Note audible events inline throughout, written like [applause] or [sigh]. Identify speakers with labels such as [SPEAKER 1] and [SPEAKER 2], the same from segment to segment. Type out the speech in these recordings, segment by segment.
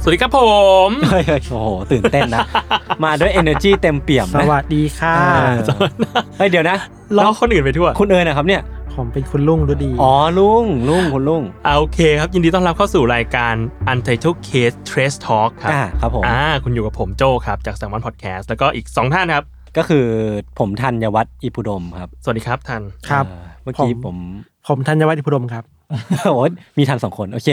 [SPEAKER 1] สวัสดีครับ
[SPEAKER 2] [laughs]
[SPEAKER 1] ผม
[SPEAKER 2] เฮ้ยเฮ้ยโอ้โห ตื่นเต้นนะ มาด้วย energy เต็มเปี่ยม [laughs]
[SPEAKER 3] ส
[SPEAKER 2] นะ
[SPEAKER 3] วัสดีค่ะ
[SPEAKER 2] อ่าเฮ้ยเดี๋ยวนะ
[SPEAKER 1] ล้อคนอื่นไปทั่ว
[SPEAKER 2] คุณเอิญนะครับเนี่ย
[SPEAKER 3] ผมเป็นคุณลุงดูดี
[SPEAKER 2] อ๋อ ลุง ลุงคุณลุง
[SPEAKER 1] อ่าโอเคครับ ยินดีต้อนรับเข้าสู่รายการ Untitled Case Trace Talk ครับ
[SPEAKER 2] อ่าครับผม
[SPEAKER 1] อ่าคุณอยู่กับผมโจครับ จาก s ซ l m o n Podcast แล้วก็อีก 2 ท่านครับ
[SPEAKER 2] ก็คือผมธัญวัฒน์อิพุดมครับ
[SPEAKER 1] สวัสดีครับท่าน
[SPEAKER 3] ครับ
[SPEAKER 2] อ่าเมื่อกี้ผม [laughs]
[SPEAKER 3] ผมธัญวัฒน์อิพุดมครับ
[SPEAKER 2] โอ้ยมีทันสองคน โอเค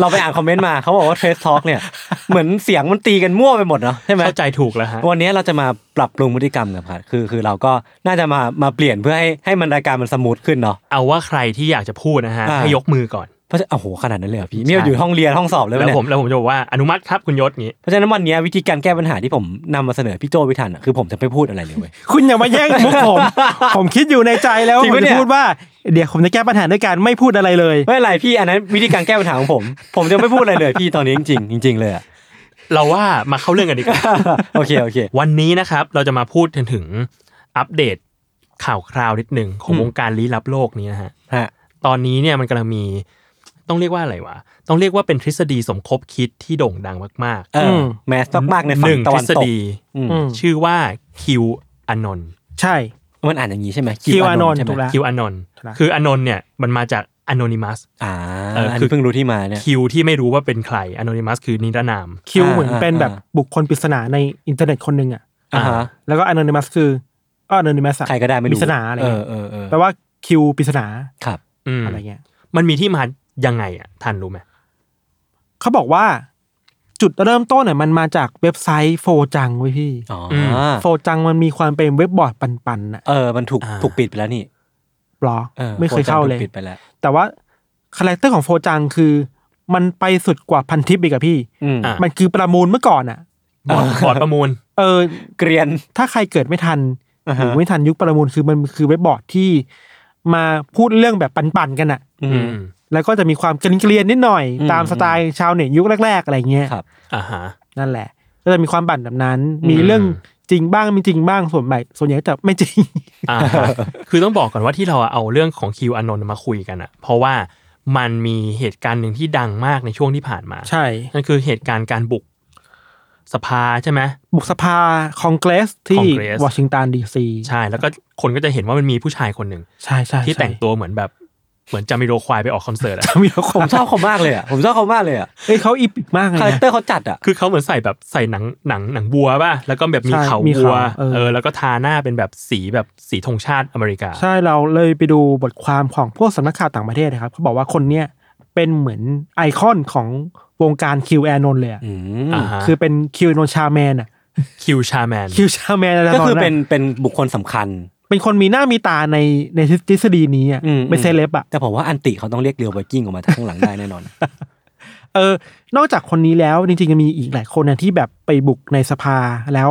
[SPEAKER 2] เราไปอ่านคอมเมนต์มาเขาบอกว่า Trace Talk เนี่ย เหมือนเสียงมันตีกันมั่วไปหมดเนาะใช่ไหม
[SPEAKER 1] เข้าใจถูกแล้วฮะ
[SPEAKER 2] วันนี้เราจะมาปรับปรุงพฤติกรรมกันครับคือคือเราก็น่าจะมามาเปลี่ยนเพื่อให้ให้มันรายการมันสมูทขึ้นเนาะ
[SPEAKER 1] เอาว่าใครที่อยากจะพูดนะฮะ
[SPEAKER 2] อ่า
[SPEAKER 1] ให้ยกมือก่อน
[SPEAKER 2] เพราะฉะนั้นโอ้โหขนาดนั้นเลยเหรอพี่
[SPEAKER 1] ใช่
[SPEAKER 2] นี่เราอยู่ห้องเรียนห้องสอบเลยะ
[SPEAKER 1] แล้วว
[SPEAKER 2] เนี่ย
[SPEAKER 1] ผมแล้วผมจะบอกว่าอนุมัติครับคุณยศอย่างงี้
[SPEAKER 2] เพราะฉะนั้นวันนี้วิธีการแก้ปัญหาที่ผมนำมาเสนอพี่โจวิทันอะคือผมจะไม่พูดอะไร
[SPEAKER 1] [laughs]
[SPEAKER 2] เลยเว้ย
[SPEAKER 3] คุณอย่ามาแย่งมุกผม [laughs] ผมคิดอยู่ในใจแล้ว
[SPEAKER 2] จริง
[SPEAKER 3] ผม
[SPEAKER 2] ปะเนี่
[SPEAKER 3] จะ
[SPEAKER 2] ย
[SPEAKER 3] พูดว่า เดี๋ยวผมจะแก้ปัญหาด้วยการไม่พูดอะไรเลย
[SPEAKER 2] ไม่เป็นไรพี่อันนั้นวิธีการแก้ปัญหาของผม ผมจะไม่พูดอะไรเลยพี่ตอนนี้จริงๆจริงๆเลยอะ [laughs]
[SPEAKER 1] เราว่ามาเข้าเรื่องกันดีกว่า
[SPEAKER 2] โอเคโอเค
[SPEAKER 1] วันนี้นะครับเราจะมาพูดถึงถึงอัปเดตข่าวคราวนิดหนึ่งของ
[SPEAKER 2] อืม
[SPEAKER 1] วงการลี้ลับโลกนี้นะฮะ
[SPEAKER 2] ฮะ
[SPEAKER 1] ตอนนี้เนี่ยมันกำลังมีต้องเรียกว่าอะไรวะ ต้องเรียกว่าเป็นทฤษฎีสมคบคิดที่โด่งดังมาก
[SPEAKER 2] เออ
[SPEAKER 3] ม
[SPEAKER 2] แมสมากๆใน
[SPEAKER 1] ๆห
[SPEAKER 2] ฝั่
[SPEAKER 1] นึ่
[SPEAKER 2] ง
[SPEAKER 1] ง
[SPEAKER 2] ตะ
[SPEAKER 1] ท
[SPEAKER 2] วั
[SPEAKER 1] ฤ
[SPEAKER 2] น
[SPEAKER 1] ษ
[SPEAKER 2] ตก
[SPEAKER 1] ฎี
[SPEAKER 2] อืม
[SPEAKER 3] อืม
[SPEAKER 1] ชื่อว่าคิวอานนท์
[SPEAKER 3] ใช่
[SPEAKER 2] มันอ่านอย่างนี้ใช่ไหม
[SPEAKER 3] Q Anon
[SPEAKER 2] ใช่ไหม
[SPEAKER 3] ถูกแล้ว
[SPEAKER 1] คิวอานนท์
[SPEAKER 3] ครับ
[SPEAKER 1] คืออานนท์เนี่ยมันมาจาก Anonymous
[SPEAKER 2] อ่า
[SPEAKER 1] เอออั
[SPEAKER 2] อันนี้เพิ่งรู้ที่มาเนี่ย
[SPEAKER 1] คิวที่ไม่รู้ว่าเป็นใคร Anonymous คือนิรนาม
[SPEAKER 3] คิว
[SPEAKER 2] อ่า
[SPEAKER 3] เหมือนเป็น
[SPEAKER 2] อ่า
[SPEAKER 3] แบบบุคคลปริศนาในอินเทอร์เน็ตคนหนึ่งอ่ะ
[SPEAKER 2] อ่าฮะ
[SPEAKER 3] แล้วก็อนอนิมัสคือก็อนอนิมัส
[SPEAKER 2] ใครก็ได้ไม่
[SPEAKER 3] ปริ
[SPEAKER 2] รู้
[SPEAKER 3] ศนาอะไร
[SPEAKER 2] เออ
[SPEAKER 3] เงี้
[SPEAKER 2] ย เออเออ
[SPEAKER 3] แปลว่าคิวปริศนา
[SPEAKER 2] ครับ
[SPEAKER 1] อืม
[SPEAKER 3] อะไรเงี้ย
[SPEAKER 1] มันมีที่มายังไงอ่ะทันรู้ไหม
[SPEAKER 3] เขาบอกว่า จุดเริ่มต้นเนี่ยมันมาจากเว็บไซต์โฟจังเว้ยพี่
[SPEAKER 2] อ๋อ
[SPEAKER 3] โฟจังมันมีความเป็นเว็บบอร์ดปันๆน่ะ
[SPEAKER 2] เออ มันถูกถูกปิดไปแล้วนี่
[SPEAKER 3] หรอ
[SPEAKER 2] ออ
[SPEAKER 3] ไม่เคยเข้าเลย
[SPEAKER 2] โปรแกรมถูกปิดไปแล้ว
[SPEAKER 3] แต่ว่าคาแรคเตอร์ของโฟจังคือ มันไปสุดกว่าพันทิปอีกอะพี่
[SPEAKER 2] อืม
[SPEAKER 1] อ่ะ
[SPEAKER 3] มันคือประมูลเมื่อก่อนอะ
[SPEAKER 1] บ
[SPEAKER 2] [laughs]
[SPEAKER 1] อร์ดบอร์ดประมูล
[SPEAKER 3] เออ
[SPEAKER 2] เกรียน
[SPEAKER 3] ถ้าใครเกิดไม่ทัน
[SPEAKER 2] อ่า
[SPEAKER 3] ห
[SPEAKER 2] ฮะ
[SPEAKER 3] รือไม่ทันยุคประมูลคือมันคือเว็บบอร์ดที่มาพูดเรื่องแบบปันๆกันอะ
[SPEAKER 2] อื
[SPEAKER 1] อื
[SPEAKER 2] ม
[SPEAKER 1] ม
[SPEAKER 3] แล้วก็จะมีความเกรียนๆนิดหน่อย
[SPEAKER 2] อืม
[SPEAKER 3] ตามสไตล์ชาวเน็ตยุคแรก ๆ อะไรเงี้ย
[SPEAKER 2] ครับ
[SPEAKER 1] อ่าฮะ
[SPEAKER 3] นั่นแหละ ก็จะมีความบั่นแบบนั้น
[SPEAKER 2] อืม
[SPEAKER 3] มีเรื่องจริงบ้างมีจริงบ้างส่วนใหญ่ส่วนใหญ่จะไม่จริง
[SPEAKER 1] อ่าฮะคือต้องบอกก่อนว่าที่เราเอาเรื่องของคิวอานนท์มาคุยกันอะเพราะว่ามันมีเหตุการณ์หนึ่งที่ดังมากในช่วงที่ผ่านมา
[SPEAKER 3] ใช่
[SPEAKER 1] นั่นคือเหตุการณ์การบุกสภาใช่ไหม
[SPEAKER 3] บุกสภาคองเกรสที่
[SPEAKER 1] Congress
[SPEAKER 3] วอชิงตันดีซี
[SPEAKER 1] ใช่แล้วก็คนก็จะเห็นว่ามันมีผู้ชายคนหนึ่ง
[SPEAKER 3] ใช่ใช่
[SPEAKER 1] ที่แต่งตัวเหมือนแบบเหมือนจามิโรควายไปออกคอนเสิร์ตอะ [laughs]
[SPEAKER 3] มีแล้วค
[SPEAKER 2] ผม มชอบเขามากเลยอ่ะ ผมชอบเขามากเลยอ่ะ
[SPEAKER 3] เอ้ยเขาอีปิกมากเลย
[SPEAKER 2] คาแรค
[SPEAKER 3] นะ
[SPEAKER 2] เตอร์เขาจัดอ่ะ
[SPEAKER 1] คือเขาเหมือนใส่แบบใส่หนังหนังหนังบัวป่ะแล้วก็แบบมี
[SPEAKER 3] ใช่
[SPEAKER 1] เขา
[SPEAKER 3] มี
[SPEAKER 1] บัว
[SPEAKER 3] เขาเออ
[SPEAKER 1] เออแล้วก็ทาหน้าเป็นแบบสีแบบสีธงชาติอเมริกา
[SPEAKER 3] ใช่เราเลยไปดูบทความของพวกสำนักข่าวต่างประเทศนะครับเขาบอกว่าคนเนี้ยเป็นเหมือนไอคอนของวงการคิวแอนนเลยอะ
[SPEAKER 2] อืม
[SPEAKER 1] อ่าฮะ
[SPEAKER 3] คือเป็นคิวโนชาแมนอะ
[SPEAKER 1] คิวชาแมน
[SPEAKER 3] คิวชาแมนอะไร
[SPEAKER 2] ก็
[SPEAKER 3] ประมาณ
[SPEAKER 2] คือ
[SPEAKER 3] นั้
[SPEAKER 2] เป็น
[SPEAKER 3] นอะ
[SPEAKER 2] เป็นบุคคลสำคัญ
[SPEAKER 3] เป็นคนมีหน้ามีตาในในทฤษฎีนี้อะ
[SPEAKER 2] อืม
[SPEAKER 3] เป็นเซเลบอะ
[SPEAKER 2] แต่ผมว่าอันติเขาต้องเรียกเรียวไวกิ้งออกมาจากข้างหลังได้แน่นอน
[SPEAKER 3] เออนอกจากคนนี้แล้วจริงๆยังมีอีกหลายคนนะที่แบบไปบุกในสภาแล้ว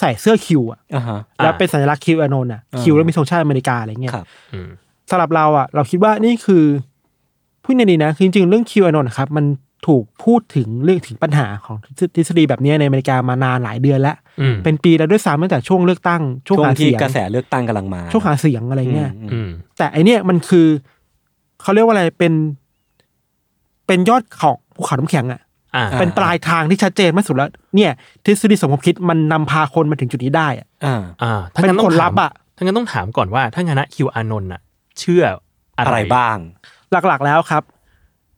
[SPEAKER 3] ใส่เสื้อคิวอะ
[SPEAKER 2] อ่าฮะ
[SPEAKER 3] แล้วเป็นสัญลักษณ์คิวแอนนอ่ะ
[SPEAKER 2] อ่า
[SPEAKER 3] คิวแล้วมีธงชาติอเมริกาอะไรเงี้ย
[SPEAKER 2] ครับ
[SPEAKER 1] อืม
[SPEAKER 3] สำหรับเราอ่ะเราคิดว่านี่คือพูดในดีนะคือจริงๆเรื่องคิวแอนนครับมันถูกพูดถึงเรื่องถึงปัญหาของทฤษฎีแบบเนี้ยในอเมริกามานานหลายเดือนแล้ว
[SPEAKER 1] อืม
[SPEAKER 3] เป็นปีแล้วด้วยซ้ำตั้งแต่ช่วงเลือกตั้ง ช่
[SPEAKER 2] ช่
[SPEAKER 3] วง
[SPEAKER 2] วง
[SPEAKER 3] หา
[SPEAKER 2] ที่
[SPEAKER 3] เสียง
[SPEAKER 2] กระแสเลือกตั้งกำลังมา
[SPEAKER 3] ช่วงหาเสียงอะไรเงี้ย
[SPEAKER 2] อืมอื
[SPEAKER 1] อื
[SPEAKER 2] ม
[SPEAKER 1] ม
[SPEAKER 3] แต่อันเนี้ยมันคือเขาเรียกว่าอะไรเป็น เป็นยอดของภูเขาน้ำแข็งอ่ะ
[SPEAKER 1] อ่า
[SPEAKER 2] า
[SPEAKER 3] เป็นปลายทางที่ชัดเจนมากสุดแล้วเนี่ย ทฤษฎีสมคบคิดมันนำพาคนมาถึงจุดนี้ได้อะ
[SPEAKER 2] อ่า
[SPEAKER 1] อ่าถ้า
[SPEAKER 3] เป็
[SPEAKER 1] งั้
[SPEAKER 3] น
[SPEAKER 1] นต้
[SPEAKER 3] ผ
[SPEAKER 1] อง
[SPEAKER 3] ลลั
[SPEAKER 1] ถา
[SPEAKER 3] พ
[SPEAKER 1] ม
[SPEAKER 3] ธ์อ่ะ
[SPEAKER 1] ถ้างั้นต้องถามก่อนว่าถ้างั้นคิวอานนท์อะเชื่ออะไร
[SPEAKER 2] อะไรบ้าง
[SPEAKER 3] หลักๆแล้วครับ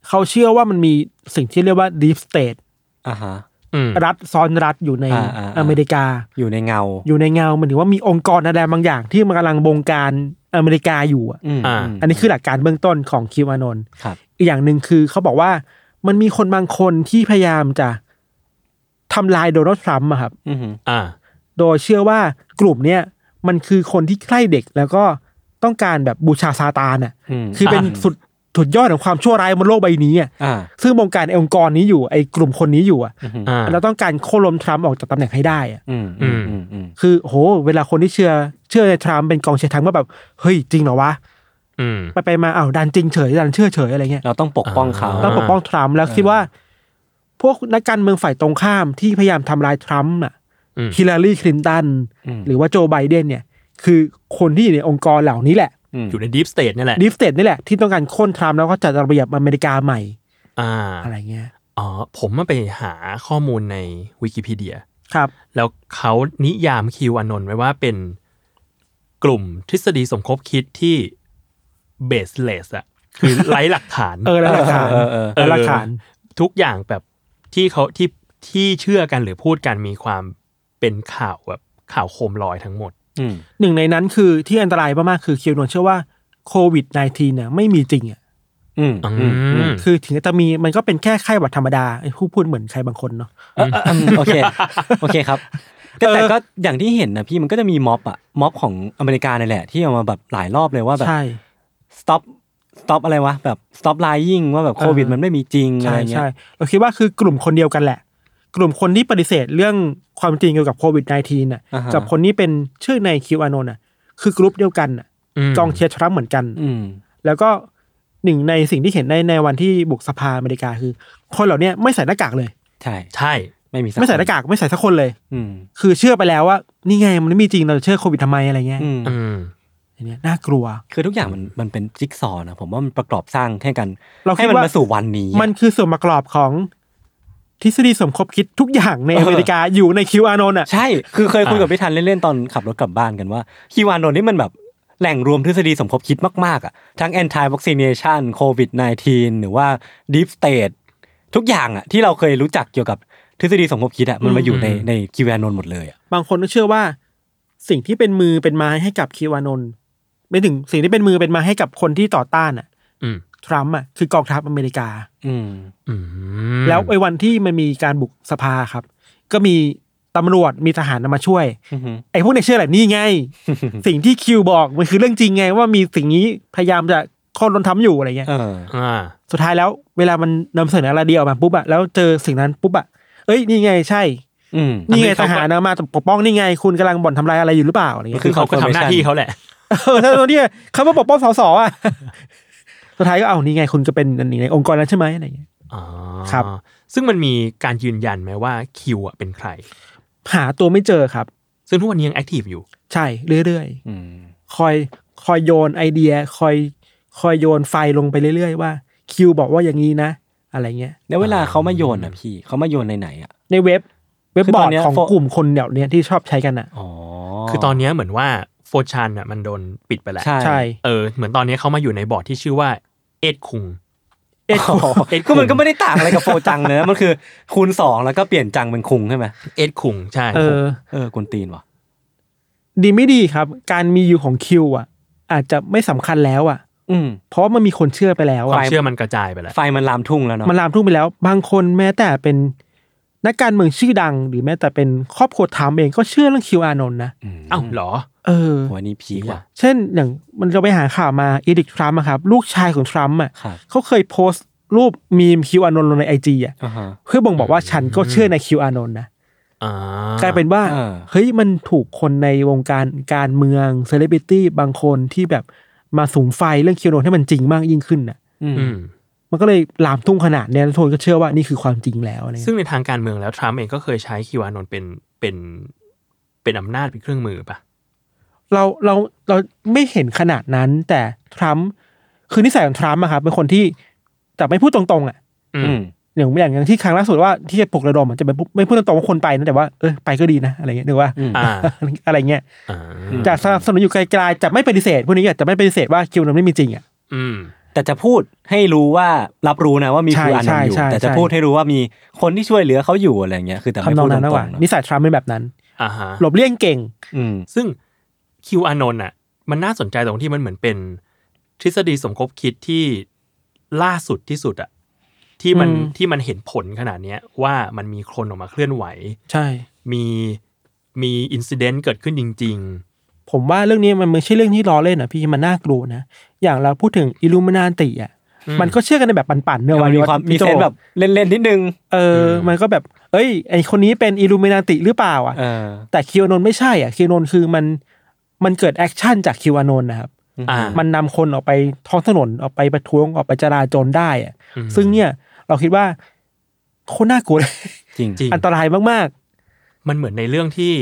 [SPEAKER 3] เขาเชื่อว่ามันมีสิ่งที่เรียกว่า deep state
[SPEAKER 2] อ่าฮะ
[SPEAKER 1] อืม
[SPEAKER 3] รัฐซ้อนรัฐอยู่ใน
[SPEAKER 2] อ่าอ่าอ่า
[SPEAKER 3] อเมริกา
[SPEAKER 2] อยู่ในเงา
[SPEAKER 3] อยู่ในเงาเหมือนถึงว่ามีองค์กรอะไรบางอย่างที่มันกำลังบงการอเมริกาอยู่อะ
[SPEAKER 2] อืม
[SPEAKER 1] อ่า
[SPEAKER 2] ม
[SPEAKER 3] อันนี้คือหลักการเบื้องต้นของคิวอานนท์
[SPEAKER 2] ครับ
[SPEAKER 3] อีกอย่างหนึ่งคือเขาบอกว่ามันมีคนบางคนที่พยายามจะทำลายโดนัลด์ทรัมป์อะครับ
[SPEAKER 2] อืม
[SPEAKER 1] อ่า
[SPEAKER 3] โดยเชื่อว่ากลุ่มเนี้ยมันคือคนที่ใกล้เด็กแล้วก็ต้องการแบบบูชาซาตานอ่ะ
[SPEAKER 2] ม
[SPEAKER 3] คือเป็น
[SPEAKER 1] อ่า
[SPEAKER 3] สุดสุดยอดของความชั่วร้ายบนโลกใบนี้อ่ะ
[SPEAKER 2] อ่า
[SPEAKER 3] ซึ่งบงการไอ้องค์กรนี้อยู่ไอ้กลุ่มคนนี้อยู่อ่ะ
[SPEAKER 2] อืม
[SPEAKER 1] อ่า
[SPEAKER 3] เราต้องการโค่นล้มทรัมป์ออกจากตำแหน่งให้ได้อ่ะ
[SPEAKER 2] อืมอืมอืมอืม
[SPEAKER 3] คือโห เวลาคนที่เชื่อเชื่อในทรัมป์เป็นกองเชียร์ทรัมป์ก็แบบเฮ้ยจริงเหรอวะ
[SPEAKER 1] อืม
[SPEAKER 3] ไปไปมาอ้าวดันจริงเฉยดันเชื่อเฉยอะไรเงี้ย
[SPEAKER 2] เราต้องปกป้องเขา
[SPEAKER 3] ต้องปกป้องทรัมป์แล้วคิดว่า พวกนักการเมืองฝ่ายตรงข้ามที่พยายามทำลายทรัมป์อ่ะ
[SPEAKER 1] อืม
[SPEAKER 3] ฮิลลารีคลินตัน
[SPEAKER 2] ม
[SPEAKER 3] หรือว่าโจไบเดนเนี่ย คือคนที่อยู่ในองค์กรเหล่านี้แหละ
[SPEAKER 2] ม
[SPEAKER 1] อยู่ในดีฟสเตทนี่แหละ
[SPEAKER 3] ดิฟเตดนี่แหละ ที่ต้องการโค่นทรัมป์แล้วก็จัดระเบียบอเมริกาใหม่
[SPEAKER 1] อ่า
[SPEAKER 3] อะไรเงี้ย
[SPEAKER 1] อ๋อผมมาไปหาข้อมูลในวิกิพีเดีย
[SPEAKER 3] ครับ
[SPEAKER 1] แล้วเขานิยามคิวอานนท์ไว้ว่าเป็นกลุ่มทฤษฎีสมคบคิดที่ baseless อะคือไร้หลักฐาน
[SPEAKER 3] เออแล้วหลักฐาน
[SPEAKER 2] เออเออเออ
[SPEAKER 3] แล้วหลักฐาน
[SPEAKER 1] ทุกอย่างแบบที่เขาที่ที่เชื่อกันหรือพูดกันมีความเป็นข่าวแบบข่าวโคมลอยทั้งหมด
[SPEAKER 2] อืม
[SPEAKER 3] หนึ่งในนั้นคือที่อันตรายมากๆคือคิวโนนเชื่อว่าโควิด -19 เนี่ยไม่มีจริงอ่ะ
[SPEAKER 2] อืมอืมอืม
[SPEAKER 3] คือถึงจะมีมันก็เป็นแค่ไข้หวัดธรรมดาไอ้ผู้พูดเหมือนใครบางคนเนาะ
[SPEAKER 2] เออเอออืมโอเค โอเคครับ แต่แต่ก็อย่างที่เห็นนะพี่มันก็จะมีม็อบอะม็อบของอเมริกาเนี่ยแหละ ที่เอามาแบบหลายรอบเลยว่าแบบ
[SPEAKER 3] ใช่
[SPEAKER 2] stop stop อะไรวะ แบบ stop lying ว่าแบบโควิด
[SPEAKER 3] เออ
[SPEAKER 2] มันไม่มีจริงอะ
[SPEAKER 3] ใช่
[SPEAKER 2] ไรเงี้
[SPEAKER 3] ใช่
[SPEAKER 2] ย
[SPEAKER 3] เราคิดว่าคือกลุ่มคนเดียวกันแหละ กลุ่มคนที่ปฏิเสธเรื่องความจริงเกี่ยวกับโควิด -19 น่ะ
[SPEAKER 2] อ่าฮะ
[SPEAKER 3] กับคนนี้เป็นชื่อในคิวอานนท์น่ะคือกลุ่มเดียวกันน่ะ
[SPEAKER 1] ม
[SPEAKER 3] กองเชียร์ทรัมป์เหมือนกัน
[SPEAKER 2] อืม
[SPEAKER 3] แล้วก็หนึ่งในสิ่งที่เห็นในในวันที่บุกสภาอเมริกาคือ คนเหล่าเนี้ยไม่ใส่หน้ากากเลย
[SPEAKER 2] ใช่
[SPEAKER 1] ใช่
[SPEAKER 2] ไม่มีสั
[SPEAKER 3] ไม่ใส่หน้ากากไม่ใส่สักคนเลย
[SPEAKER 2] อืม
[SPEAKER 3] คือเชื่อไปแล้วว่านี่ไงมันไม่มีจริงเราจะเชื่อโควิดทำไมอะไรเงี้ย
[SPEAKER 2] อืม
[SPEAKER 1] อืม
[SPEAKER 3] อันเนี้ยน่ากลัว
[SPEAKER 2] คือทุกอย่างมันมันเป็นจิ๊กซอว์นะผมว่ามันประกอบสร้างให้กัน
[SPEAKER 3] เราคิ
[SPEAKER 2] ให้
[SPEAKER 3] ด
[SPEAKER 2] มัน
[SPEAKER 3] ว่า
[SPEAKER 2] มาสู่วันนี้
[SPEAKER 3] มันคือส่วนประกอบของทฤษฎีสมคบคิดทุกอย่างในอเมริกาอยู่ในคิวอานนท์อ่ะ
[SPEAKER 2] ใช่ คือเคยคุยกับพี่ทันเล่นๆ ตอนขับรถกลับบ้านกันว่าคิวานนท์นี่มันแบบแหล่งรวมทฤษฎีสมคบคิดมากๆอ่ะทั้ง anti vaccination covid 19หรือว่า deep state ทุกอย่างอ่ะที่เราเคยรู้จักเกี่ยวกับทฤษฎีสมคบคิดอ่ะมันมาอยู่ใน
[SPEAKER 1] อืม
[SPEAKER 2] ในคิวานนท์หมดเลยอ่ะ
[SPEAKER 3] บางคนก็เชื่อว่า สิ่งที่เป็นมือเป็นไม้ให้กับคิวอานนท์ไม่ถึงสิ่งที่เป็นมือเป็นไม้ให้กับคนที่ต่อต้านอ่ะ
[SPEAKER 1] อืม
[SPEAKER 3] ทรัมป์อ่ะคือกองทัพอเมริกา
[SPEAKER 2] อืม
[SPEAKER 1] อืม
[SPEAKER 3] แล้วไอ้วันที่มันมีการบุกสภาครับ ก็มีตำรวจมีทหารมาช่วย ไอ้พวกเนี่ยเชื่อแหละนี่ไง สิ่งที่คิวบอกมันคือเรื่องจริงไงว่ามีสิ่งนี้พยายามจะโค่นล้นทำอยู่อะไรเงี้ย
[SPEAKER 2] เออ
[SPEAKER 1] อ่า
[SPEAKER 3] สุดท้ายแล้วเวลามันนำเสนออะไรเดียวออกมาปุ๊บอะแล้วเจอสิ่งนั้นปุ๊บอะเอ้ยนี่ไงใช่
[SPEAKER 2] อืม
[SPEAKER 3] นี่ไงทหารนะมาปกป้องนี่ไง คุณกำลังบ่อนทำลายอะไรอยู่หรือเปล่าอะไร
[SPEAKER 2] มัน
[SPEAKER 3] เงี้ย
[SPEAKER 2] คื
[SPEAKER 1] คือ อเขาก็ทำหน้าที่เขาแหละ
[SPEAKER 3] เออแล้วเนี่ยเขามาปกป้องสสอ่ะ [laughs] สุดท้ายก็เอานี่ไงคุณก็เป็นอันนี้ในองค์กรนั้นใช่ไหมอะไรเงี้ย
[SPEAKER 1] อ๋อ
[SPEAKER 3] ครับ
[SPEAKER 1] ซึ่งมันมีการยืนยันไหมว่าคิวอะเป็นใคร
[SPEAKER 3] หาตัวไม่เจอครับ
[SPEAKER 1] ซึ่งทุกวันนี้ยังแอคทีฟอยู่
[SPEAKER 3] ใช่เรื่อย
[SPEAKER 2] อืม
[SPEAKER 3] ๆคอยคอยโยนไอเดีย คอยคอยโยนไฟลงไปเรื่อยๆว่าคิวบอกว่าอย่างนี้นะ อะไรเงี้ย
[SPEAKER 2] แล้วเวลาเขามาโยนอ่ะพี่เขามาโยนในไหนอ่ะ
[SPEAKER 3] ในเว็บเว็บบอ
[SPEAKER 2] คือตอ
[SPEAKER 3] ร์ด
[SPEAKER 2] นเนี้ย
[SPEAKER 3] ของ
[SPEAKER 2] โฟ
[SPEAKER 3] กลุ่มคนเหล่าเนี้ยที่ชอบใช้กันอ่ะ
[SPEAKER 2] อ๋อ
[SPEAKER 1] คือตอนเนี้ยเหมือนว่าโฟชันอ่ะมันโดนปิดไปแล้ว
[SPEAKER 2] ใช่
[SPEAKER 3] ใช่
[SPEAKER 1] เออ เหมือนตอนนี้เขามาอยู่ในบอร์ดที่ชื่อว่าเอ็ดคุง
[SPEAKER 2] เอ็ [laughs] ด
[SPEAKER 1] [laughs]
[SPEAKER 2] คุง
[SPEAKER 1] เอ็ดคุง
[SPEAKER 2] ก็มันก็ไม่ได้ต่างอะไรกับโฟจังเลยนะมันคือคูณสองแล้วก็เปลี่ยนจังเป็นคุงใช่ไหม
[SPEAKER 1] เอ็ดคุงใช่
[SPEAKER 3] เออ
[SPEAKER 2] เออกุนตีนว่ะ
[SPEAKER 3] ดีไม่ดีครับ การมีอยู่ของคิวอ่ะ อาจจะไม่สำคัญแล้วอ่ะ
[SPEAKER 2] อืม
[SPEAKER 3] เพราะว่ามันมีคนเชื่อไปแล้ว
[SPEAKER 1] ค
[SPEAKER 3] อ่ะ
[SPEAKER 1] วามเชื่อมันกระจายไปแล้ว
[SPEAKER 2] ไฟมันลามทุ่งแล้วเนาะ
[SPEAKER 3] มันลามทุ่งไปแล้ว บางคนแม้แต่เป็นนักการเมืองชื่อดัง หรือแม้แต่เป็นครอบครัวทามเองก็เชื่อเรื่องคิวอานนท์นะ
[SPEAKER 2] อืม
[SPEAKER 1] เอ้าเหรอ
[SPEAKER 3] เออ
[SPEAKER 2] วันนี้พีคว่ะ
[SPEAKER 3] เช่นอย่างมันจะไปหาข่าวมาอีดิกทรัมป์อะครับ ลูกชายของทรัมป์อ่ะ
[SPEAKER 2] ครับ
[SPEAKER 3] เขาเคยโพสต์รูปมีมคิวอานนท์ลงในไอจีอ่ะ
[SPEAKER 2] อ่าฮะ
[SPEAKER 3] เพื่อบ่งบอกว่าฉันก็เชื่อในคิวอานนท์นะ
[SPEAKER 1] อ่าก
[SPEAKER 3] ลายเป็นว่า
[SPEAKER 2] อ่า
[SPEAKER 3] เฮ้ยมันถูกคนในวงการการเมืองเซเลบริตี้บางคนที่แบบมาสูงไฟเรื่องคิวโนนให้มันจริงมากยิ่งขึ้นน่ะ
[SPEAKER 2] อืม
[SPEAKER 1] อืม
[SPEAKER 3] มันก็เลยลามทุ่งขนาดเนี้ยแล้วทุกคนก็เชื่อว่านี่คือความจริงแล้วอะไรเงี้ย
[SPEAKER 1] ซึ่งในทางการเมืองแล้วทรัมป์เองก็เคยใช้คิวอานนท์เป็นเป็นเป็นอำนาจเป็นเครื่องมือปะ
[SPEAKER 3] เราเราเราไม่เห็นขนาดนั้นแต่ทรัมป์คือนิสัยของทรัมป์อะครับเป็นคนที่แต่ไม่พูดตรงๆอ่ะ
[SPEAKER 1] อื
[SPEAKER 2] อื
[SPEAKER 1] ม
[SPEAKER 2] ม
[SPEAKER 3] อย่างอย่างอย่างที่ครั้งล่าสุดว่าที่จะปลุกระดมอะจะไม่พูดไม่พูดตรงๆว่าคนไปนะแต่ว่าเออไปก็ดีนะอะไรเงี้ยหรือว่า
[SPEAKER 2] อืม
[SPEAKER 1] อ่า
[SPEAKER 3] [laughs] อะไรเงี้ย
[SPEAKER 1] อ่า
[SPEAKER 3] จะสนับสนุนอยู่ไกลๆจะไม่ปฏิเสธพวกนี้อะจะไม่ปฏิเสธว่าคิวโนนไม่มีจริงอ่ะ
[SPEAKER 1] อืม
[SPEAKER 2] แต่จะพูดให้รู้ว่ารับรู้นะว่ามี
[SPEAKER 3] ใช่
[SPEAKER 2] ครูอานนท์อยู่
[SPEAKER 3] ใช่ใช่
[SPEAKER 2] แต่จะ
[SPEAKER 3] ใช่
[SPEAKER 2] พูดให้รู้ว่ามีคนที่ช่วยเหลือเขาอยู่อะไรเงี้ยคือแต่ไม่
[SPEAKER 3] ทำนอ
[SPEAKER 2] พู
[SPEAKER 3] ง
[SPEAKER 2] ดต
[SPEAKER 3] นั้น
[SPEAKER 2] ร
[SPEAKER 3] นะว่าง
[SPEAKER 2] ๆเนอะ
[SPEAKER 3] นิสัยทรัมป์เป็นแบบนั้น
[SPEAKER 1] อ่าฮะ
[SPEAKER 3] หลบเลี่ยงเก่ง
[SPEAKER 2] อืม
[SPEAKER 1] ซึ่งคิวอานนท์อ่ะมันน่าสนใจตรงที่มันเหมือนเป็น ทฤษฎีสมคบคิดที่ล่าสุดที่สุดอ่ะที่มัน
[SPEAKER 3] อืม
[SPEAKER 1] ที่มันเห็นผลขนาดเนี้ยว่ามันมีคนออกมาเคลื่อนไหว
[SPEAKER 3] ใช่
[SPEAKER 1] มีมีอินซิเดนต์เกิดขึ้นจริง
[SPEAKER 3] ผมว่าเรื่องนี้มันไม่ใช่เรื่องที่ล้อเล่นนะพี่มันน่ากลัวนะ อย่างเราพูดถึงอิลูมินาติอ่ะ
[SPEAKER 1] อืม
[SPEAKER 3] มันก็เชื่อกันในแบบปั่นๆเนอะ
[SPEAKER 2] มันมีความมี
[SPEAKER 3] พี่โจ
[SPEAKER 2] เซนส์แบบเล่นๆนิดนึง
[SPEAKER 3] เอออ มันก็แบบ เอ้ยไอคนนี้เป็นอิลูมินาติหรือเปล่าอ่ะ
[SPEAKER 2] เออ
[SPEAKER 3] แต่คิวานนท์ไม่ใช่อ่ะคิวานนท์คือมันมันเกิดแอคชั่นจากคิวานนท์นะครับ
[SPEAKER 1] ๆ อ่า
[SPEAKER 3] มันนำคนออกไปท้องถนนออกไปประท้วงออกไปจราจรได้อ่ะ
[SPEAKER 1] อืม
[SPEAKER 3] ซึ่งเนี่ยเราคิดว่าโคตรน่ากลัวเลย
[SPEAKER 2] จริง
[SPEAKER 1] จริง
[SPEAKER 3] อันตรายมาก
[SPEAKER 1] มันเหมือนในเรื่องที่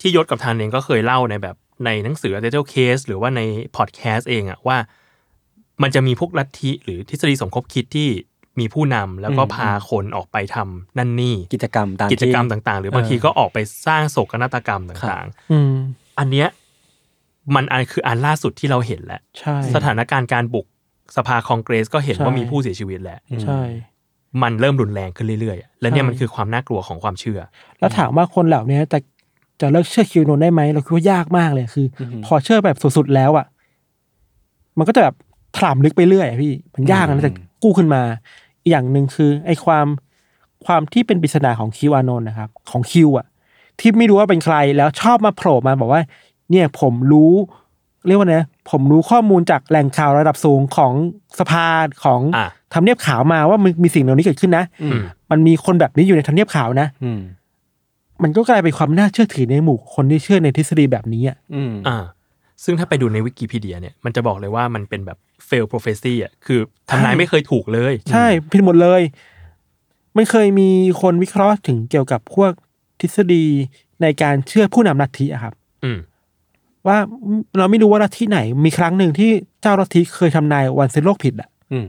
[SPEAKER 1] ที่ยศกับทานเองก็เคยเล่าในแบบในหนังสือ a d e t a l Case หรือว่าในพอดแคสต์เองอะว่า มันจะมีพวกลัทธิหรือทฤษฎีสมคบคิดที่มีผู้นำแล้วก็พาคนออกไปทำนั่นนี่
[SPEAKER 2] กิจกรรมตาม
[SPEAKER 1] กิจกรรม
[SPEAKER 2] ที่
[SPEAKER 1] ต่างๆ หรือบางทีก็ออกไปสร้างโศกนาฏกรรมต่าง
[SPEAKER 3] ๆ อืม
[SPEAKER 1] ๆ อันเนี้ยมันอันคืออันล่าสุดที่เราเห็นแหละ
[SPEAKER 3] ใช่
[SPEAKER 1] สถานการณ์การบุกสภาคองเกรสก็เห็นว่ามีผู้เสียชีวิตแล้ว
[SPEAKER 3] ใช่
[SPEAKER 1] มันเริ่มรุนแรงขึ้นเรื่อยๆ และเนี่ย
[SPEAKER 3] ใช่
[SPEAKER 1] มันคือความน่ากลัวของความเชื่อ
[SPEAKER 3] แล้วถามว่าคนเหล่านี้จะจะเลิกเชื่อคิวานนท์ได้ไหมเราคิดว่ายากมากเลยคืออพอเชื่อแบบสุดๆแล้วอ่ะ มันก็จะแบบถลำลึกไปเรื่อยอะพี่ มันยาก
[SPEAKER 2] อืม
[SPEAKER 3] นะแต่กู้ขึ้นมาอีกอย่างหนึ่งคือ ไอ้ความความที่เป็นปริศนาของคิวอานนท์นะครับ ของคิวอ่ะ ที่ไม่รู้ว่าเป็นใครแล้วชอบมาโผล่มาบอกว่า เนี่ยผมรู้ เรียกว่าไงนะผมรู้ข้อมูลจากแหล่งข่าวระดับสูงของสภาของ
[SPEAKER 1] อ่ะ
[SPEAKER 3] ทำเนียบขาวมาว่ามันมีสิ่งเหล่านี้เกิดขึ้นนะ
[SPEAKER 1] อม
[SPEAKER 3] มันมีคนแบบนี้อยู่ในทำเนียบขาวนะ
[SPEAKER 2] อืม
[SPEAKER 3] มันก็กลายเป็นความน่าเชื่อถือในหมู่คนที่เชื่อในทฤษฎีแบบนี้อ่ะ
[SPEAKER 2] อืม
[SPEAKER 1] อ่า ซึ่งถ้าไปดูในวิกิพีเดียเนี่ยมันจะบอกเลยว่ามันเป็นแบบ fail prophecy อ่ะคือทำนายไม่เคยถูกเลย
[SPEAKER 3] ใช่ผิดหมดเลย มันเคยมีคนวิเคราะห์ถึงเกี่ยวกับพวกทฤษฎีในการเชื่อผู้นำลัทธิอะครับ
[SPEAKER 1] อืม
[SPEAKER 3] ว่าเราไม่รู้ว่าลัทธิไหน มีครั้งหนึ่งที่เจ้าลัทธิเคยทำนายวันสิ้นโลกผิดอ่ะ
[SPEAKER 2] อืม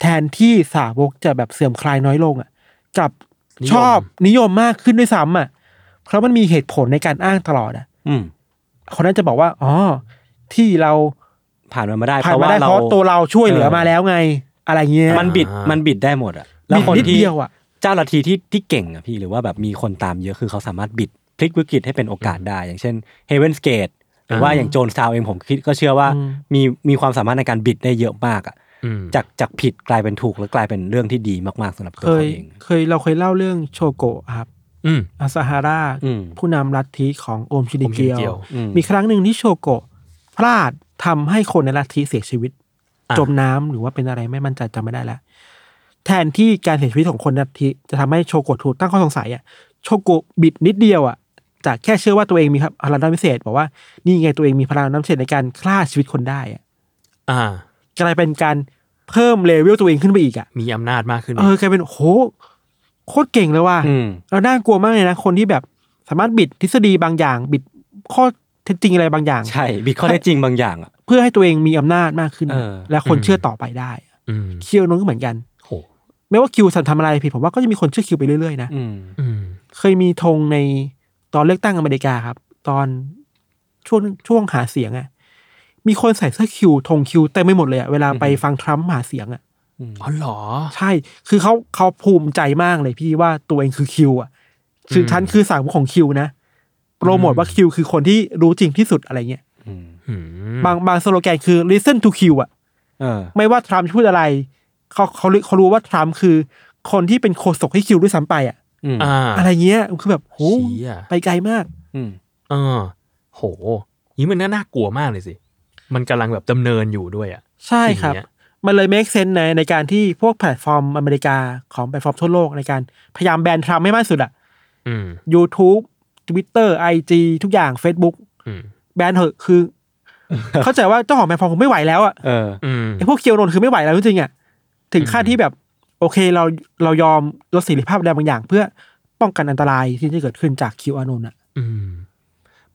[SPEAKER 3] แทนที่สาวกจะแบบเสื่อมคลายน้อยลงอ่ะกลับ
[SPEAKER 1] นิยม
[SPEAKER 3] ชอบนิยมมากขึ้นด้วยซ้ำอ่ะ เพราะมันมีเหตุผลในการอ้างตลอดอ่ะ
[SPEAKER 2] อืม
[SPEAKER 3] คนนั้นจะบอกว่าอ๋อที่เรา
[SPEAKER 2] ผ่านมันมาได้
[SPEAKER 3] ผ่านมาได้เพ
[SPEAKER 2] เรา
[SPEAKER 3] ราะตัวเราช่วยเหลือ
[SPEAKER 2] เออ
[SPEAKER 3] มาแล้วไง อะไรเงี้ย
[SPEAKER 2] มันบิดมันบิดได้หมดอะแล้ว
[SPEAKER 3] บิด
[SPEAKER 2] คน
[SPEAKER 3] นิด
[SPEAKER 2] ที่
[SPEAKER 3] เดียวอะ
[SPEAKER 2] เจ้าลัทธิที่ที่เก่งอะพี่หรือว่าแบบมีคนตามเยอะคือเขาสามารถบิดพลิกวิกฤตให้เป็นโอกาสได้ อย่างเช่นเฮเวนสเกตหรือว่าอย่างโจนซาวเองผมคิดก็เชื่อว่า
[SPEAKER 3] อืม
[SPEAKER 2] มีมีความสามารถในการบิดได้เยอะมากอะ
[SPEAKER 1] อืม
[SPEAKER 2] จากจากผิดกลายเป็นถูกและกลายเป็นเรื่องที่ดีมากๆสำหรับตัว
[SPEAKER 3] เค
[SPEAKER 2] เขา
[SPEAKER 3] ย
[SPEAKER 2] เอง
[SPEAKER 3] เคยเราเคยเล่าเรื่องโชโกะครับ
[SPEAKER 1] อืม
[SPEAKER 3] อาซาฮาร่า
[SPEAKER 2] อืม
[SPEAKER 3] ผู้นำลัทธิของโอมชินิเกี
[SPEAKER 1] โอมชินิเกีย
[SPEAKER 3] ยว ว
[SPEAKER 2] อื
[SPEAKER 3] มีครั้งหนึ่งที่โชโกะพลาดทำให้คนในลัทธิเสียชีวิต
[SPEAKER 1] อ่ะ
[SPEAKER 3] จมน้ำหรือว่าเป็นอะไรไม่มั่นใจจำไม่ได้แล้ว แทนที่การเสียชีวิตของคนในลัทธิจะทำให้โชโกะถูกตั้งข้อสงสัยอ่ะโชโกะบิดนิดเดียวอ่ะจากแค่เชื่อว่าตัวเองมีพลังน้ำพิเศษบอกว่านี่ไงตัวเองมีพลังน้ำพิเศษในการฆ่าชีวิตคนได้อ่ะ
[SPEAKER 1] อ่า
[SPEAKER 3] กลายเป็นการเพิ่มเลเวลตัวเองขึ้นไปอีกอ่ะ
[SPEAKER 1] มีอำนาจมากขึ้นไหม
[SPEAKER 3] เออกลายเป็นโหโคตรเก่งเลยว่ะ
[SPEAKER 2] อืม
[SPEAKER 3] เราน่ากลัวมากเลยนะ คนที่แบบสามารถบิดทฤษฎีบางอย่าง บิดข้อเท็จจริงอะไรบางอย่าง
[SPEAKER 2] ใช่บิดข้อเท็จจริงบางอย่างอะ
[SPEAKER 3] เพื่อให้ตัวเองมีอำนาจมากขึ้น
[SPEAKER 2] เออ
[SPEAKER 3] และคนเชื่อต่อไปได้
[SPEAKER 1] อืม
[SPEAKER 3] คิวโนนก็เหมือนกัน
[SPEAKER 1] โห
[SPEAKER 3] ไม่ว่าคิวสันทำอะไรผิดผมว่าก็จะมีคนเชื่อคิวไปเรื่อยๆนะ
[SPEAKER 2] อืม
[SPEAKER 1] อืม
[SPEAKER 3] เคยมีธงในตอนเลือกตั้งอเมริกาครับ ตอนช่วงช่วงหาเสียงอะมีคนใส่เสื้อคิวธงคิวเต็มไปหมดเลยอะเวลาไปฟังทรัมป์หาเสียงอะ
[SPEAKER 1] อ๋อเหรอ
[SPEAKER 3] ใช่ คือเขาเขาภูมิใจมากเลยพี่ว่าตัวเองคือคิวอ่ะคือฉันคือสาวกของคิวนะ โปรโมทว่าคิวคือคนที่รู้จริงที่สุดอะไรเงี้ย
[SPEAKER 2] อืม
[SPEAKER 1] อืม
[SPEAKER 3] บางบางสโลแกนคือ listen to คิวอ่ะ
[SPEAKER 2] เออ
[SPEAKER 3] ไม่ว่าทรัมป์จะพูดอะไร เขาเขาเขารู้ว่าทรัมป์คือคนที่เป็นโฆษกให้คิวด้วยซ้ำไปอ่ะ
[SPEAKER 2] อืม
[SPEAKER 1] อ่า
[SPEAKER 3] อะไรเงี้ย คือแบบโห
[SPEAKER 1] เชี่ย
[SPEAKER 3] ไปไกลมาก
[SPEAKER 2] อืม
[SPEAKER 1] เออโหนี่มันน่าน่ากลัวมากเลยสิ มันกำลังแบบดำเนินอยู่ด้วยอ่ะ
[SPEAKER 3] ใช่ครับ
[SPEAKER 1] สิ่งเนี้ย
[SPEAKER 3] มันเลย make sense นะในการที่พวกแพลตฟอร์มอเมริกาของแพลตฟอร์มทั่วโลกในการพยายามแบนทรัมป์ให้มากที่สุดอ่ะ
[SPEAKER 1] อืม
[SPEAKER 3] YouTube Twitter IG ทุกอย่าง Facebook
[SPEAKER 1] อืม
[SPEAKER 3] แบนเถอะ
[SPEAKER 2] [laughs]
[SPEAKER 3] คือ เข้าใจว่าเจ้าของแบรนด์พอคงไม่ไหวแล้วอ่ะ
[SPEAKER 2] เออ
[SPEAKER 1] อืม
[SPEAKER 3] ไอ้พวกเคียวนนท์คือไม่ไหวแล้วจริงๆอ่ะถึงขั้นที่แบบ โอเคเราเรายอมลดเสรีภาพอะไรบางอย่าง เพื่อป้องกันอันตรายที่จะเกิดขึ้นจากคิวอานนท์อ่ะ
[SPEAKER 1] อืม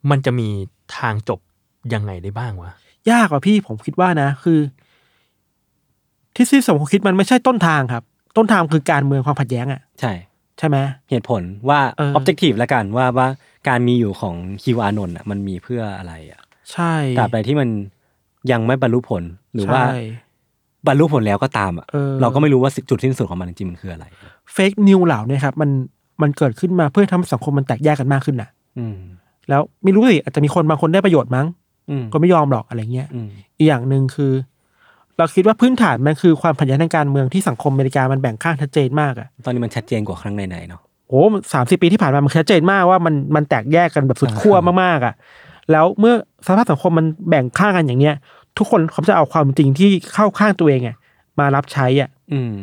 [SPEAKER 1] มันจะมีทางจบยังไงได้บ้างวะ
[SPEAKER 3] ยากกว่าพี่ผมคิดว่านะ คือทฤษฎีสมคบคิดมันไม่ใช่ต้นทางครับ ต้นทางคือการเมืองความขัดแย้งอ่ะ
[SPEAKER 2] ใช่
[SPEAKER 3] ใช่ไหม
[SPEAKER 2] เหตุผลว่า
[SPEAKER 3] เอ
[SPEAKER 2] อ
[SPEAKER 3] อ
[SPEAKER 2] อบเจกตีฟละกันว่าว่าการมีอยู่ของคิวอานนท์อะมันมีเพื่ออะไรอะ
[SPEAKER 3] ใช่
[SPEAKER 2] ตราบใดที่มันยังไม่บรรลุผลหรือว่า
[SPEAKER 3] ใช่
[SPEAKER 2] บรรลุผลแล้วก็ตามอ่ะ
[SPEAKER 3] เออ
[SPEAKER 2] เราก็ไม่รู้ว่าจุดสิ้นสุดของมันจริงๆมันคืออะไร
[SPEAKER 3] เฟกนิวเหล่าเนี้ครับมันมันเกิดขึ้นมาเพื่อทำให้สังคมมันแตกแยกกันมากขึ้นนะ
[SPEAKER 2] อืม
[SPEAKER 3] แล้วไม่รู้สิอาจจะมีคนบางคนได้ประโยชน์มั้ง
[SPEAKER 2] อืม
[SPEAKER 3] ก็ไม่ยอมหรอกอะไรเงี้ย
[SPEAKER 2] อืม
[SPEAKER 3] อีกอย่างหนึ่งคือ เราคิดว่าพื้นฐานมันคือความขัดแย้งทางการเมืองที่สังคมอเมริกามันแบ่งข้างชัดเจนมากอะ
[SPEAKER 2] ตอนนี้มันชัดเจนกว่าครั้งไหนๆเนาะ
[SPEAKER 3] โอ้สามสิบปีที่ผ่านมามันชัดเจนมากว่ามันมันแตกแยกกันแบบสุดขั้ว
[SPEAKER 2] อ่าม
[SPEAKER 3] มากๆอะแล้วเมื่อสภาพสังคมมันแบ่งข้างกันอย่างเนี้ย ทุกคนเขาจะเอาความจริงที่เข้าข้างตัวเองอะมารับใช้อะ
[SPEAKER 2] อืม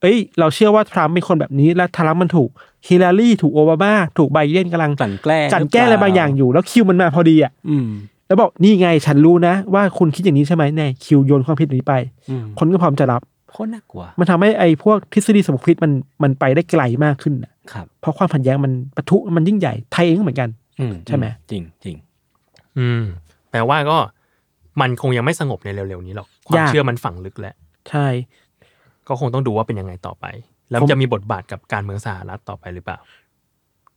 [SPEAKER 3] เอ้ย เราเชื่อว่าทรัมป์เป็นคนแบบนี้และทรัมป์มันถูกฮิลลารีถูกโอบามาถูกไบเดนกำลัง
[SPEAKER 2] กลั่นแกล้ง
[SPEAKER 3] จัดแก้อะไรบางอย่างอยู่ แล้วคิวมันมาพอดีอะ
[SPEAKER 2] อืม
[SPEAKER 3] แล้วบอกนี่ไงฉันรู้นะ ว่าคุณคิดอย่างนี้ใช่ไหมแน่คิวโยนความผิดนี้ไป
[SPEAKER 2] อืม
[SPEAKER 3] คนก็พร้อมจะรับ
[SPEAKER 2] โคตรน่ากลัว
[SPEAKER 3] มันทำให้ไอ้พวกทฤษฎีสมคบคิดมันมันไปได้ไกลมากขึ้นน่ะ
[SPEAKER 2] ครับ
[SPEAKER 3] เพราะความขัดแย้งมันปะทุมันยิ่งใหญ่ไทยเองก็เหมือนกัน
[SPEAKER 2] อื
[SPEAKER 3] ใช่ไหม
[SPEAKER 2] จริงจริง
[SPEAKER 1] อืมแปลว่าก็มันคงยังไม่สงบในเร็วๆนี้หรอกความ
[SPEAKER 3] ยาก
[SPEAKER 1] เชื่อมันฝังลึกแล้ว
[SPEAKER 3] ใช่
[SPEAKER 1] ก็คงต้องดูว่าเป็นยังไงต่อไป แล้ว
[SPEAKER 3] ผม
[SPEAKER 1] จะมีบทบาทกับการเมืองสหรัฐต่อไปหรือเปล่า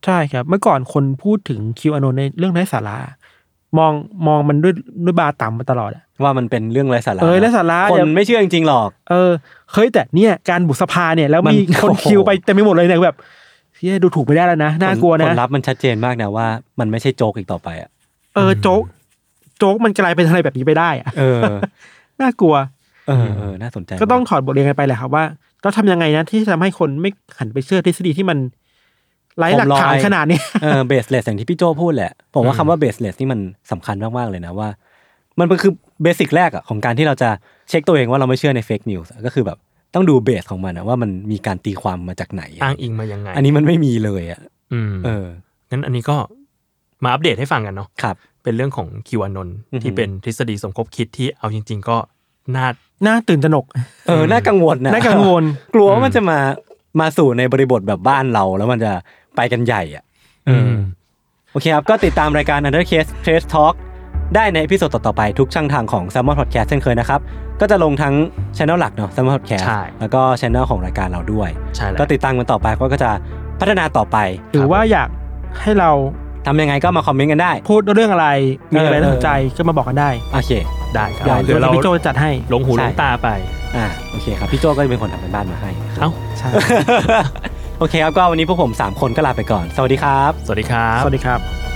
[SPEAKER 3] ใช่ครับ เมื่อก่อนคนพูดถึงคิวอานนในเรื่องไร้สาระ มองมองมันด้วยด้วยบาต่ำมาตลอดอะ
[SPEAKER 2] ว่ามันเป็นเรื่องไร้สาระ
[SPEAKER 3] เออไร้
[SPEAKER 2] นะ
[SPEAKER 3] สาระ
[SPEAKER 2] คน
[SPEAKER 3] อย่า
[SPEAKER 2] ไม่เชื่อจริงๆหรอก
[SPEAKER 3] เออเฮ้ยแต่เนี่ยการบุกสภาเนี่ยแล้วมี
[SPEAKER 2] มัน
[SPEAKER 3] คน
[SPEAKER 2] โอ้โห
[SPEAKER 3] คิวไปเต็มไปหมดเลยเนี่ยแบบเฮียดูถูกไม่ได้แล้วนะน่ากลัว
[SPEAKER 2] ผ
[SPEAKER 3] นะ
[SPEAKER 2] ลลัพธ์มันชัดเจนมากนะว่า มันไม่ใช่โจกอีกต่อไปอ่ะ
[SPEAKER 3] เออโจ๊กโจ๊กมันกลายเป็นอะไรแบบนี้ไปได้อะ
[SPEAKER 2] เออ
[SPEAKER 3] น่ากลัว
[SPEAKER 2] เออเออน่าสนใจ
[SPEAKER 3] ก็ต้อง
[SPEAKER 2] มา
[SPEAKER 3] ถอดบทเรียนกันไปแหละครับว่าเราทำยังไงนะที่ทำให้คนไม่หันไปเชื่อทฤษฎีที่มันไร้หลักฐานขนาดเนี้ย
[SPEAKER 2] เออเบสเลสอย่างที่พี่โจพูดแหละ ผมว่า
[SPEAKER 1] อืม
[SPEAKER 2] คำว่าเบสเลสนี่มันสำคัญมากๆเลยนะว่า มันเป็นคือเบสิกแรกอะของการที่เราจะเช็คตัวเองว่าเราไม่เชื่อในเฟกนิวส์ก็คือแบบต้องดูเบสของมันอะว่ามันมีการตีความมาจากไหนอะ
[SPEAKER 1] อ้างอิงมายังไง
[SPEAKER 2] อันนี้มันไม่มีเลยอะ
[SPEAKER 1] อืม
[SPEAKER 2] เออ
[SPEAKER 1] งั้นอันนี้ก็มาอัปเดตให้ฟังกันเนาะ
[SPEAKER 2] ครับ
[SPEAKER 1] เป็นเรื่องของคิวานนท์
[SPEAKER 2] อือหือ
[SPEAKER 1] ที่เป็นทฤษฎีสมคบคิดที่เอาจริง ๆ ก็น่า
[SPEAKER 3] น่าตื่นตระหนก
[SPEAKER 2] เออน่ากังวลนะ
[SPEAKER 3] น่ากังวล
[SPEAKER 2] กลัว
[SPEAKER 1] อื
[SPEAKER 2] ว่าม มันจะมามาสู่ในบริบทแบบบ้านเราแล้วมันจะไปกันใหญ่อะ
[SPEAKER 1] อืม
[SPEAKER 2] โอเคครับ ก็ติดตามรายการ Under Case Trace Talk ได้ในพิโซดต่อๆไปทุกช่องทางของ s ซ m o n Podcast เช่นเคยนะครับ ก็จะลงทั้งช anel หลักเนาะ s ซ m o n Podcast
[SPEAKER 1] ใช่
[SPEAKER 2] แล้วก็ช anel ของรายการเราด้วย
[SPEAKER 1] ใช่แล้ว
[SPEAKER 2] ก็ติดตามกันต่อไปก็จะพัฒนาต่อไป
[SPEAKER 3] หรือว่าอยากให้เรา
[SPEAKER 2] ทำยังไงก็มาคอมเมนต์กันได้
[SPEAKER 3] พูดเรื่องอะไร มีอะไร
[SPEAKER 2] เออ
[SPEAKER 3] น่าสนใจก็มาบอกกันได้
[SPEAKER 2] โอเค
[SPEAKER 1] ได้ครั
[SPEAKER 3] เดี๋ยว
[SPEAKER 1] บเดี๋ยว
[SPEAKER 3] เรา
[SPEAKER 1] เรา
[SPEAKER 3] พี่โจจัดให้
[SPEAKER 1] ลงหู
[SPEAKER 2] ใช่
[SPEAKER 1] ลงตาไป
[SPEAKER 2] อ่าโอเคครับ พี่โจก็จะเป็นคนทำเป็นบ้านมาให้ [laughs] นะครับ
[SPEAKER 1] เอ้า
[SPEAKER 3] ใช่
[SPEAKER 2] โอเคครับ ก็วันนี้พวกผม 3 คนก็ลาไปก่อน สวัสดีครับ
[SPEAKER 1] สวัสดีครับ
[SPEAKER 3] สวัสดีครับ